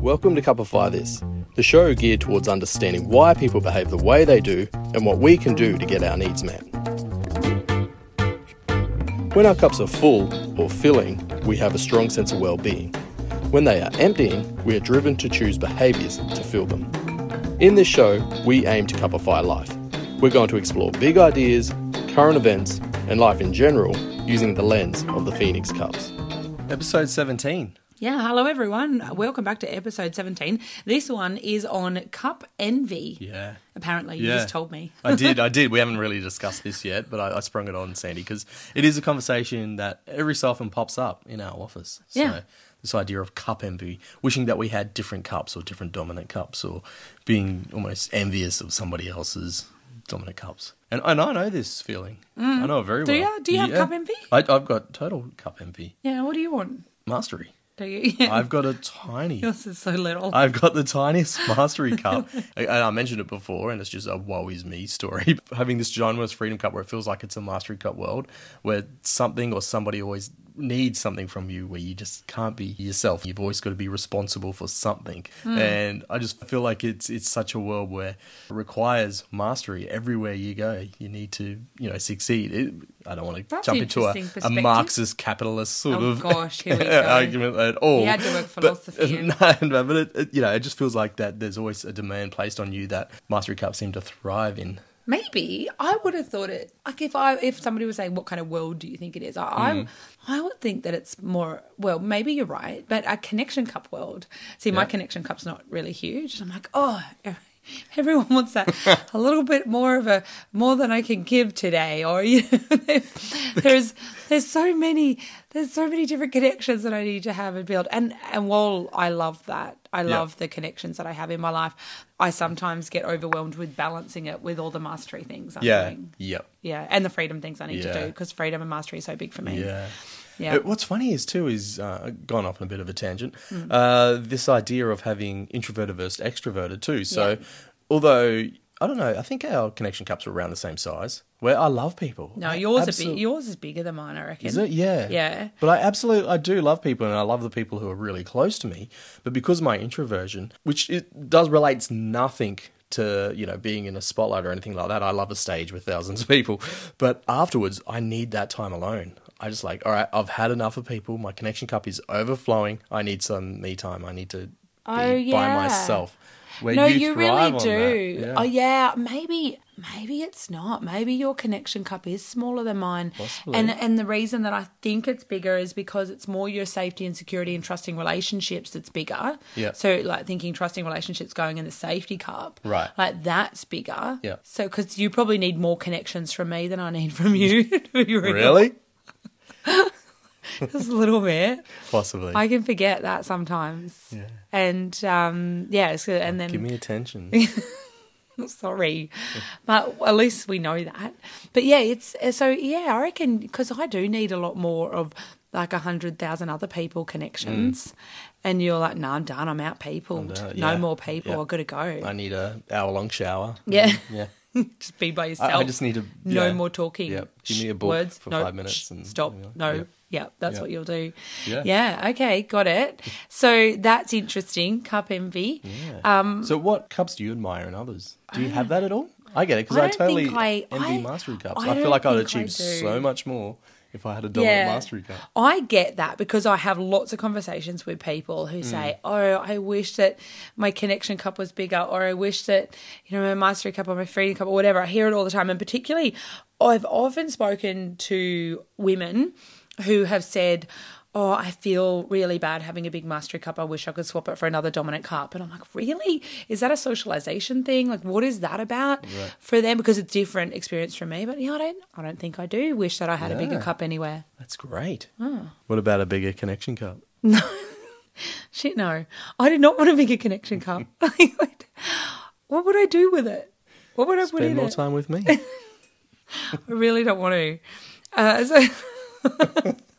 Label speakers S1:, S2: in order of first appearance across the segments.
S1: Welcome to Cupify This, the show geared towards understanding why people behave the way they do and what we can do to get our needs met. When our cups are full or filling, we have a strong sense of well being. When they are emptying, we are driven to choose behaviours to fill them. In this show, we aim to cupify life. We're going to explore big ideas, current events, and life in general using the lens of the Phoenix Cups. Episode 17.
S2: Yeah, hello everyone. Welcome back to episode 17. This one is on cup envy.
S1: Yeah.
S2: Apparently, you
S1: Yeah.
S2: just told me.
S1: I did, I did. We haven't really discussed this yet, but I, I sprung it on Sandy because it is a conversation that every so often pops up in our office. So
S2: Yeah.
S1: this idea of cup envy, wishing that we had different cups or different dominant cups, or being almost envious of somebody else's dominant cups. And, and I know this feeling. I know it very
S2: Mm. Do
S1: well.
S2: ya? Do you have cup envy?
S1: I, I've got total cup envy
S2: Yeah, what do you want?
S1: mastery.
S2: Do you? Yeah.
S1: I've got a tiny
S2: Yours is so little.
S1: I've got the tiniest mastery cup. and I mentioned it before, and it's just a woe is me story. Having this ginormous freedom cup where it feels like it's a mastery cup world where something or somebody always needs something from you where you just can't be yourself. You've always got to be responsible for something.
S2: Hmm.
S1: And I just feel like it's it's such a world where it requires mastery everywhere you go. You need to, you know, succeed. It, I don't want to
S2: That's
S1: jump into a,
S2: interesting
S1: a
S2: perspective.
S1: Marxist capitalist sort
S2: Oh,
S1: of
S2: gosh, here we go.
S1: argument at all.
S2: You had to work
S1: But-
S2: philosophy in.
S1: no, no, but it, it, you know, it just feels like that. There's always a demand placed on you that mastery cups seem to thrive in.
S2: Maybe I would have thought it like if I if somebody was saying what kind of world do you think it is, I
S1: Mm.
S2: I, I would think that it's more well maybe you're right, but a connection cup world. See, my
S1: Yeah.
S2: connection cup's not really huge. I'm like, oh, ev- everyone wants that a little bit more of a more than I can give today, or you know, there- there's there's so many there's so many different connections that I need to have and build. And and while I love that, I
S1: Yeah.
S2: love the connections that I have in my life. I sometimes get overwhelmed with balancing it with all the mastery things I'm
S1: Yeah,
S2: doing.
S1: yeah,
S2: Yeah, and the freedom things I need to
S1: Yeah.
S2: do because freedom and mastery is so big for me.
S1: yeah.
S2: Yeah.
S1: Uh, What's funny is too is uh, gone off on a bit of a tangent.
S2: Hmm.
S1: Uh, this idea of having introverted versus extroverted too. So,
S2: Yeah.
S1: although I don't know, I think our connection cups are around the same size. Where I love people.
S2: No,
S1: I
S2: yours
S1: absol-
S2: are big, yours is bigger than mine, I reckon.
S1: Is it? Yeah.
S2: Yeah.
S1: But I absolutely I do love people and I love the people who are really close to me. But because of my introversion, which it does relates nothing to, you know, being in a spotlight or anything like that. I love a stage with thousands of people. But afterwards I need that time alone. I just like, all right, I've had enough of people. My connection cup is overflowing. I need some me time. I need to be
S2: Oh,
S1: by
S2: yeah.
S1: myself. Where
S2: no, you,
S1: thrive
S2: really
S1: on
S2: do.
S1: that.
S2: Oh yeah, maybe maybe it's not. Maybe your connection cup is smaller than mine.
S1: Possibly.
S2: And and the reason that I think it's bigger is because it's more your safety and security and trusting relationships that's bigger.
S1: Yeah.
S2: So like thinking trusting relationships going in the safety cup.
S1: Right.
S2: Like that's bigger.
S1: Yeah.
S2: So because you probably need more connections from me than I need from you. to be real.
S1: Really?
S2: Just a little bit.
S1: Possibly.
S2: I can forget that sometimes. Yeah. And um, yeah. So, and then
S1: Give me attention.
S2: sorry but at least we know that but yeah it's uh, so yeah i reckon because i do need a lot more of like a hundred thousand other people connections and you're like no i'm done i'm out people
S1: Mm. done, yeah.
S2: no more people
S1: Yeah.
S2: i gotta go
S1: I need a hour long shower.
S2: Yeah.
S1: Yeah.
S2: just be by yourself
S1: I, I just need to
S2: no
S1: yeah.
S2: more talking
S1: Yep. Give
S2: Shh,
S1: me a book
S2: words
S1: for
S2: no,
S1: five minutes
S2: shh,
S1: and
S2: stop
S1: you know,
S2: no
S1: yep.
S2: yeah that's
S1: Yeah.
S2: what you'll do
S1: Yeah.
S2: yeah okay got it so that's interesting cup envy
S1: Yeah.
S2: Um,
S1: so, what cups do you admire in others? Do you have that at all? I get it because
S2: I
S1: I,
S2: don't
S1: totally
S2: think I-
S1: envy
S2: I-
S1: mastery cups.
S2: I
S1: I, feel
S2: don't
S1: like I'd
S2: think I
S1: achieve
S2: do.
S1: so much more if I had a double mastery cup.
S2: I get that because I have lots of conversations with people who say, "Oh, I wish that my connection cup was bigger," or "I wish that you know my mastery cup or my freedom cup or whatever." I hear it all the time, and particularly, I've often spoken to women who have said. Oh, I feel really bad having a big mastery cup. I wish I could swap it for another dominant cup. And I'm like, really? Is that a socialization thing? Like, what is that about for them? Because it's a different experience from me. But yeah, I don't, I don't think I do wish that I had a bigger
S1: Yeah.
S2: cup anywhere.
S1: That's great. What about a bigger connection cup?
S2: Shit, no. I did not want a bigger connection cup. what would I do with it? What would I put
S1: Spend
S2: in
S1: more
S2: it?
S1: time with me.
S2: I really don't want to. Uh, so.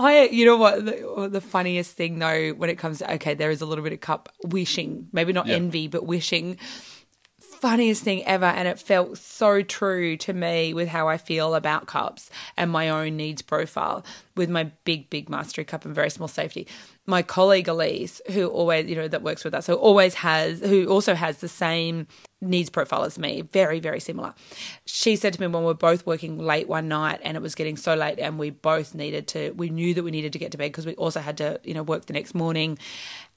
S2: I, you know what, the, the funniest thing though, when it comes to, okay, there is a little bit of cup wishing, maybe not
S1: Yeah.
S2: envy, but wishing funniest thing ever. And it felt so true to me with how I feel about cups and my own needs profile with my big, big mastery cup and very small safety. My colleague Elise, who always, you know, that works with us, who always has, who also has the same needs profile as me, very, very similar. She said to me when we were both working late one night and it was getting so late and we both needed to, we knew that we needed to get to bed because we also had to, you know, work the next morning.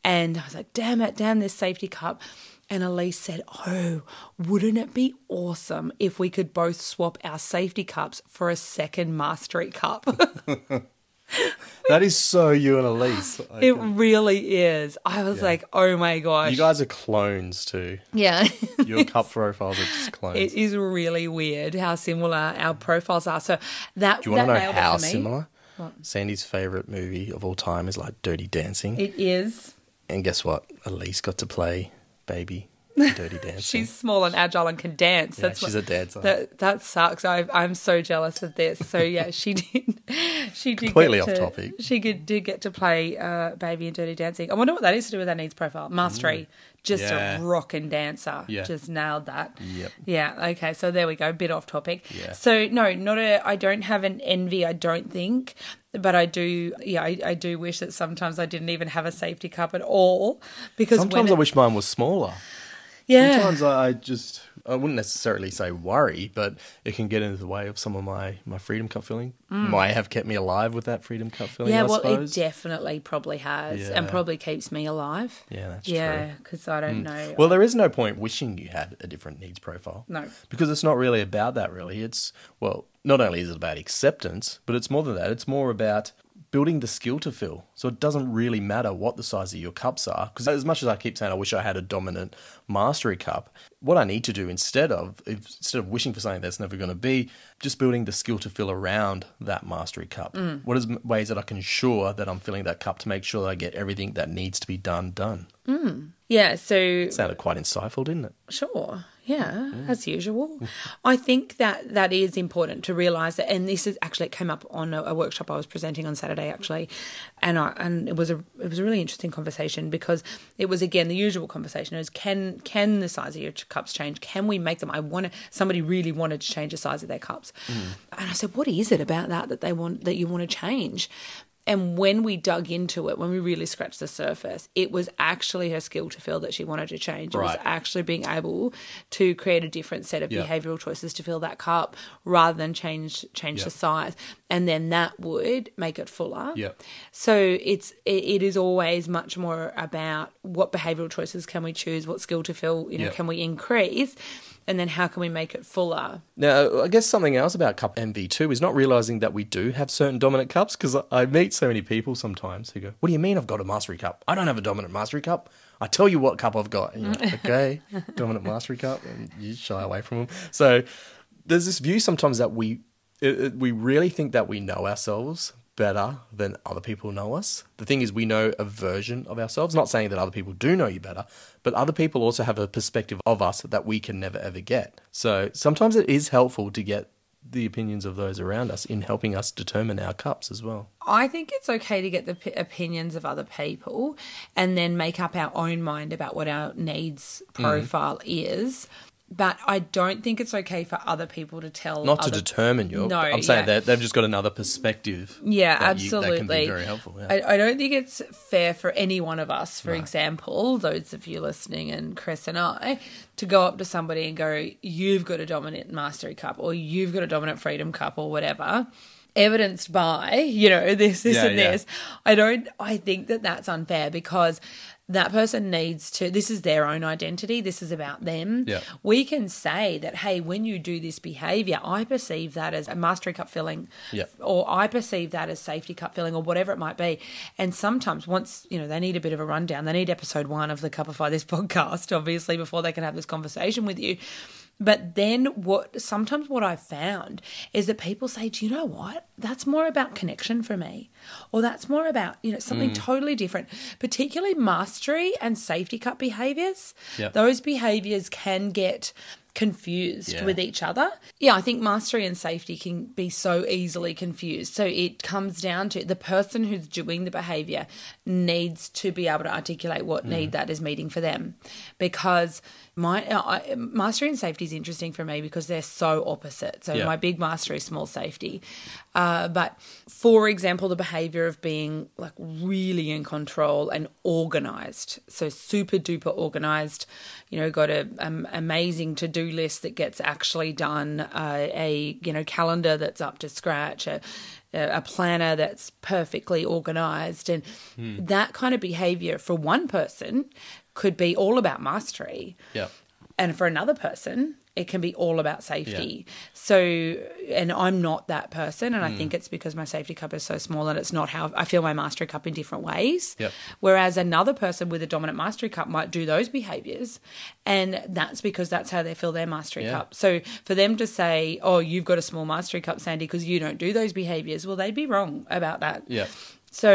S2: And I was like, damn it, damn this safety cup. And Elise said, Oh, wouldn't it be awesome if we could both swap our safety cups for a second mastery cup?
S1: That is so you and Elise. I-
S2: it really is. I was like, Oh my gosh.
S1: you guys are clones too.
S2: yeah.
S1: Your cup profiles are just clones.
S2: It is really weird how similar our profiles are. So that
S1: Do you want
S2: that
S1: to know
S2: nailed it
S1: how
S2: for me.
S1: similar? Sandy's favorite movie of all time is like Dirty Dancing,
S2: it is.
S1: and guess what? Elise got to play baby in Dirty Dancing.
S2: She's small and agile and can dance.
S1: yeah,
S2: That's
S1: she's a
S2: what,
S1: dancer.
S2: that that sucks. I I'm so jealous of this. So yeah, she did. She did
S1: Completely
S2: get
S1: off
S2: to-
S1: topic.
S2: She could, did get to play uh, Baby and Dirty Dancing. I wonder what that is to do with her needs profile. Mastery, just
S1: Mm. Yeah.
S2: a rockin' dancer.
S1: Yeah.
S2: just nailed that.
S1: Yep.
S2: Yeah. Okay. So there we go. Bit off topic.
S1: Yeah.
S2: So no, not a. I don't have an envy. I don't think, but I do. Yeah, I, I do wish that sometimes I didn't even have a safety cup at all because
S1: Sometimes
S2: when
S1: I wish mine was smaller.
S2: yeah.
S1: Sometimes I I just I wouldn't necessarily say worry, but it can get into the way of some of my my freedom cup filling. Might have kept me alive with that freedom cup filling.
S2: Mm. Yeah,
S1: I
S2: well,
S1: suppose.
S2: it definitely probably has, and
S1: Yeah.
S2: probably keeps me alive.
S1: Yeah, that's Hmm.
S2: yeah, because I don't know.
S1: Well, there is no point wishing you had a different needs profile.
S2: No.
S1: Because it's not really about that, really. It's, well, not only is it about acceptance, but it's more than that. It's more about building the skill to fill. So it doesn't really matter what the size of your cups are. Because as much as I keep saying I wish I had a dominant mastery cup, what I need to do instead of, if- instead of wishing for something that's never going to be, just building the skill to fill around that mastery cup.
S2: Mm.
S1: What is m- ways that I can ensure that I'm filling that cup to make sure that I get everything that needs to be done done?
S2: yeah, so
S1: Sounded quite insightful, didn't it?
S2: Sure. Yeah, as usual. I think that that is important to realise that, and this is actually it came up on a, a workshop I was presenting on Saturday actually, and I and it was a it was a really interesting conversation because it was again the usual conversation is can can the size of your ch- cups change? Can we make them? I want to, somebody really wanted to change the size of their cups, and I said, what is it about that that they want that you want to change? And when we dug into it, when we really scratched the surface, it was actually her skill to fill that she wanted to change. It was
S1: Right.
S2: actually being able to create a different set of
S1: Yeah.
S2: behavioral choices to fill that cup rather than change change
S1: Yeah.
S2: the size. And then that would make it fuller.
S1: Yeah.
S2: So it's it, it is always much more about what behavioral choices can we choose, what skill to fill, you know,
S1: Yeah.
S2: can we increase, and then how can we make it fuller?
S1: Now, I guess something else about cup envy too is not realizing that we do have certain dominant cups because I meet so many people sometimes who go, "What do you mean I've got a mastery cup? I don't have a dominant mastery cup. I tell you what cup I've got." And you're like, okay, dominant mastery cup, and you shy away from them. So there's this view sometimes that we it, it- we really think that we know ourselves better than other people know us. The thing is, we know a version of ourselves. Not saying that other people do know you better, but other people also have a perspective of us that we can never ever get. So sometimes it is helpful to get the opinions of those around us in helping us determine our cups as well.
S2: I think it's okay to get the p- opinions of other people and then make up our own mind about what our needs
S1: Mm.
S2: profile is. But I don't think it's okay for other people to tell
S1: Not
S2: other
S1: to determine your.
S2: No,
S1: I'm saying
S2: yeah.
S1: that they've just got another perspective.
S2: Yeah,
S1: that you-
S2: absolutely.
S1: that can be very helpful. Yeah.
S2: I, I don't think it's fair for any one of us, for example, those of you listening and Chris and I, to go up to somebody and go, You've got a dominant mastery cup or you've got a dominant freedom cup or whatever. Evidenced by, you know, this, this,
S1: Yeah,
S2: and
S1: yeah.
S2: this. I don't, I think that that's unfair because that person needs to, this is their own identity. This is about them
S1: Yeah.
S2: we can say that hey when you do this behavior i perceive that as a mastery cup filling
S1: Yeah.
S2: or i perceive that as safety cup filling or whatever it might be and sometimes once you know they need a bit of a rundown they need episode one of the cupify this podcast obviously before they can have this conversation with you but then what sometimes what i've found is that people say do you know what that's more about connection for me or that's more about you know something totally different particularly mastery and safety cup behaviors
S1: Yeah.
S2: those behaviors can get confused
S1: Yeah.
S2: with each other. Yeah, I think mastery and safety can be so easily confused. So it comes down to the person who's doing the behavior needs to be able to articulate what need that is meeting for them. Because my I, mastery and safety is interesting for me because they're so opposite. So
S1: Yeah.
S2: my big mastery, small safety. Uh, but for example, the behavior of being like really in control and organized. So super duper organized, you know, got a um, amazing to do list that gets actually done, uh, a, you know, calendar that's up to scratch, a, a planner that's perfectly organized. And that kind of behavior for one person could be all about mastery
S1: Yeah.
S2: and for another person it can be all about safety so and i'm not that person and i
S1: Mm.
S2: think it's because my safety cup is so small and it's not how i feel my mastery cup in different ways
S1: Yep.
S2: whereas another person with a dominant mastery cup might do those behaviors and that's because that's how they feel their mastery
S1: Yeah.
S2: cup so for them to say oh you've got a small mastery cup sandy because you don't do those behaviors well they'd be wrong about that
S1: Yeah.
S2: so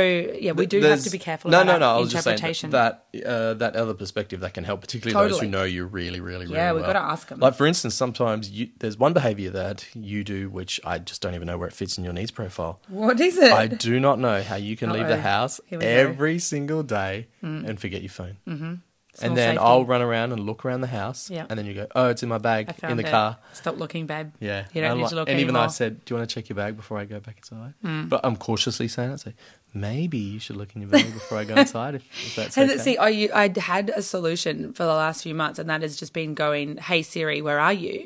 S2: yeah we do have
S1: There's-
S2: to be careful
S1: No,
S2: about
S1: no, no.
S2: our
S1: I was just saying
S2: interpretation.
S1: that that, uh, that other perspective that can help, particularly those who
S2: Totally.
S1: know you really, really, really
S2: Yeah,
S1: well.
S2: we've gotta ask 'em.
S1: Like for instance, sometimes you, there's one behavior that you do, which I just don't even know where it fits in your needs profile.
S2: what is it
S1: I do not know how you can leave the
S2: Uh-oh.
S1: house
S2: Here we go. Mm.
S1: every single day and forget your phone. Mm-hmm.
S2: Small
S1: And then
S2: safety.
S1: I'll run around and look around the house,
S2: Yeah.
S1: and then you go, "Oh, it's in my bag
S2: I
S1: in
S2: found
S1: the
S2: it.
S1: car."
S2: Stop looking, babe.
S1: Yeah,
S2: You don't
S1: And
S2: need
S1: like-
S2: to look
S1: And even though I
S2: anymore. Hmm.
S1: said, "Do you want to check your bag before I go back inside?" But I'm cautiously saying it, so maybe you should look in your bag before I go inside if, if that's
S2: And
S1: okay.
S2: see, I you, I'd had a solution for the last few months, and that has just been going, "Hey Siri, where are you?"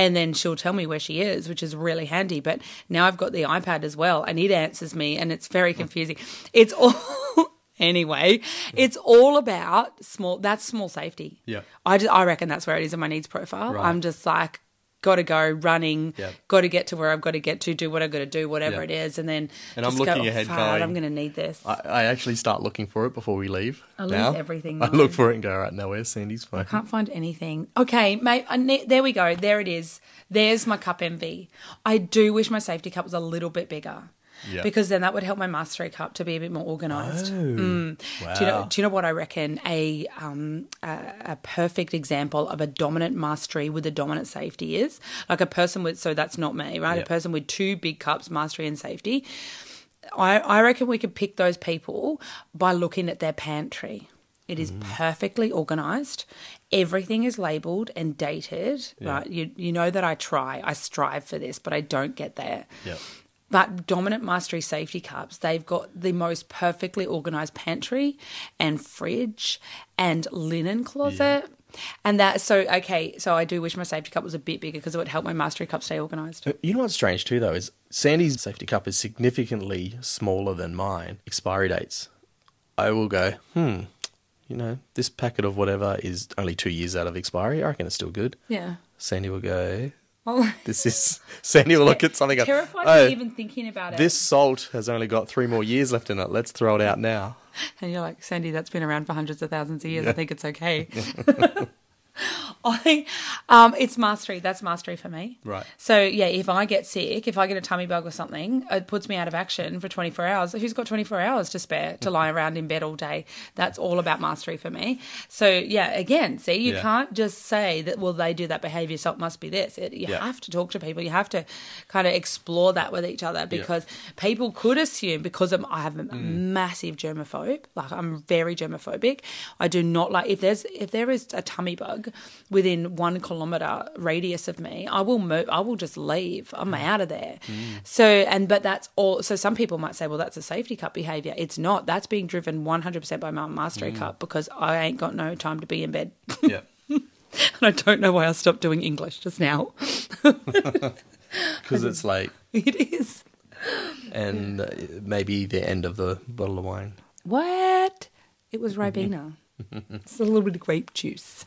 S2: And then she'll tell me where she is, which is really handy. But now I've got the iPad as well, and it answers me, and it's
S1: Mm.
S2: very confusing. It's all anyway. It's all about small. That's small safety.
S1: Yeah.
S2: I just, I reckon that's where it is in my needs profile.
S1: Right.
S2: I'm just like. Got to go running.
S1: Yeah.
S2: Got to get to where I've got to get to. Do what I've got to do, whatever
S1: Yeah.
S2: it is, and then
S1: And I'm
S2: just go,
S1: looking
S2: "Oh,
S1: ahead
S2: fart,
S1: going,
S2: I'm going to need this.
S1: I, I actually start looking for it before we leave.
S2: I lose
S1: now.
S2: everything
S1: I
S2: now.
S1: look for it and go, right, now where's Sandy's phone?
S2: Can't find anything. Okay, mate. I ne- there we go. There it is. There's my cup envy. I do wish my safety cup was a little bit bigger.
S1: Yeah.
S2: Because then that would help my mastery cup to be a bit more organised.
S1: Oh. Wow.
S2: Hmm. Do you know? Do you know what I reckon? A um a, a perfect example of a dominant mastery with a dominant safety is like a person with. So that's not me, right?
S1: Yeah.
S2: A person with two big cups, mastery and safety. I, I reckon we could pick those people by looking at their pantry. It
S1: Mm.
S2: is perfectly organized. Everything is labeled and dated, right? You you know that I try, I strive for this, but I don't get there.
S1: yeah.
S2: But dominant mastery safety cups, they've got the most perfectly organized pantry and fridge and linen closet. And that, so, okay, so I do wish my safety cup was a bit bigger because it would help my mastery cup stay organized.
S1: You know what's strange too, though, is Sandy's safety cup is significantly smaller than mine. Expiry dates. I will go, hmm, you know, this packet of whatever is only two years out of expiry. I reckon it's still good.
S2: Yeah.
S1: Sandy will go,
S2: Well,
S1: this is. Sandy will look at something. and go,
S2: terrified
S1: "Oh,
S2: even thinking about it.
S1: This salt has only got three more years left in it. Let's throw it out now.
S2: And you're like, Sandy, that's been around for hundreds of thousands of years. I think it's okay. I, um, it's mastery. That's mastery for me.
S1: Right.
S2: So yeah, if I get sick, if I get a tummy bug or something, it puts me out of action for 24 hours. Who's got 24 hours to spare to lie around in bed all day? That's all about mastery for me. So yeah, again, see, you
S1: Yeah.
S2: can't just say that. Well, they do that behavior, so it must be this. It, you
S1: Yeah.
S2: have to talk to people. You have to kind of explore that with each other because people could assume because I'm, I have a massive germaphobe. Like I'm very germophobic. I do not like if there's if there is a tummy bug within one kilometer radius of me, I will move. I will just leave. I'm out of there. So and but that's all. So some people might say, well, that's a safety cup behavior. It's not. That's being driven 100% by my mastery cup because I ain't got no time to be in bed.
S1: Yeah.
S2: and I don't know why I stopped doing English just now.
S1: Because it's late
S2: it is.
S1: and uh, maybe the end of the bottle of wine.
S2: What? It was Ribena. it's a little bit of grape juice.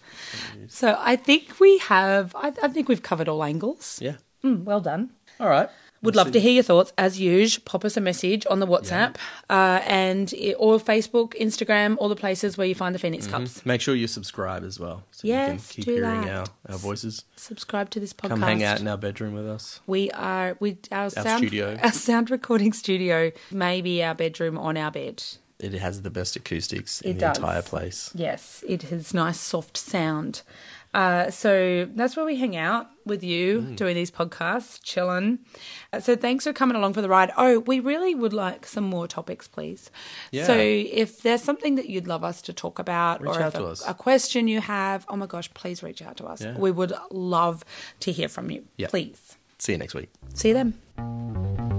S2: So I think we have, I, I think we've covered all angles.
S1: Yeah.
S2: Mm, well done.
S1: All right.
S2: Would love to hear your thoughts as usual. Pop us a message on the WhatsApp uh, and or Facebook, Instagram, all the places where you find the Phoenix Cups.
S1: Make sure you subscribe as well so you can
S2: Yes,
S1: keep
S2: do
S1: hearing our,
S2: that.
S1: our voices.
S2: Subscribe to this podcast.
S1: Come hang out in our bedroom with us.
S2: We are we our, sound
S1: studio.
S2: our sound recording studio, maybe our bedroom on our bed.
S1: It has the best acoustics in
S2: It
S1: the
S2: does.
S1: entire place.
S2: Yes, it has nice soft sound. Uh, so that's where we hang out with you
S1: Mm.
S2: doing these podcasts, chilling. Uh, So thanks for coming along for the ride. Oh, we really would like some more topics, please.
S1: Yeah.
S2: So if there's something that you'd love us to talk about
S1: Reach
S2: or
S1: out
S2: if
S1: to
S2: a,
S1: us.
S2: a question you have, oh my gosh, please reach out to us.
S1: Yeah.
S2: We would love to hear from you.
S1: Yeah.
S2: Please.
S1: See you next week.
S2: See you then.